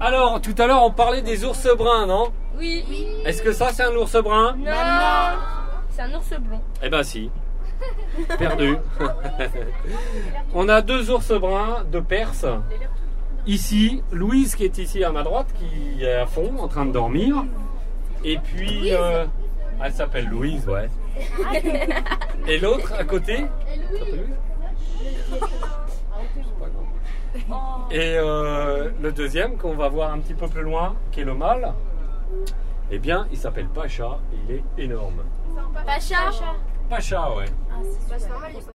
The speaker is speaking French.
Alors, tout à l'heure, on parlait des ours bruns, non Oui. Est-ce que ça, c'est un ours brun Non. C'est un ours blond. Eh ben si. Perdu. on a deux ours bruns de Perse. Ici, Louise qui est ici à ma droite, qui est à fond, en train de dormir. Et puis, euh, elle s'appelle Louise, ouais. Et l'autre à côté s'appelle Louise Et euh, le deuxième qu'on va voir un petit peu plus loin, qui est le mâle, eh bien, il s'appelle Pacha et il est énorme. Pacha. Pacha, ouais. Bah, c'est normal, il est pas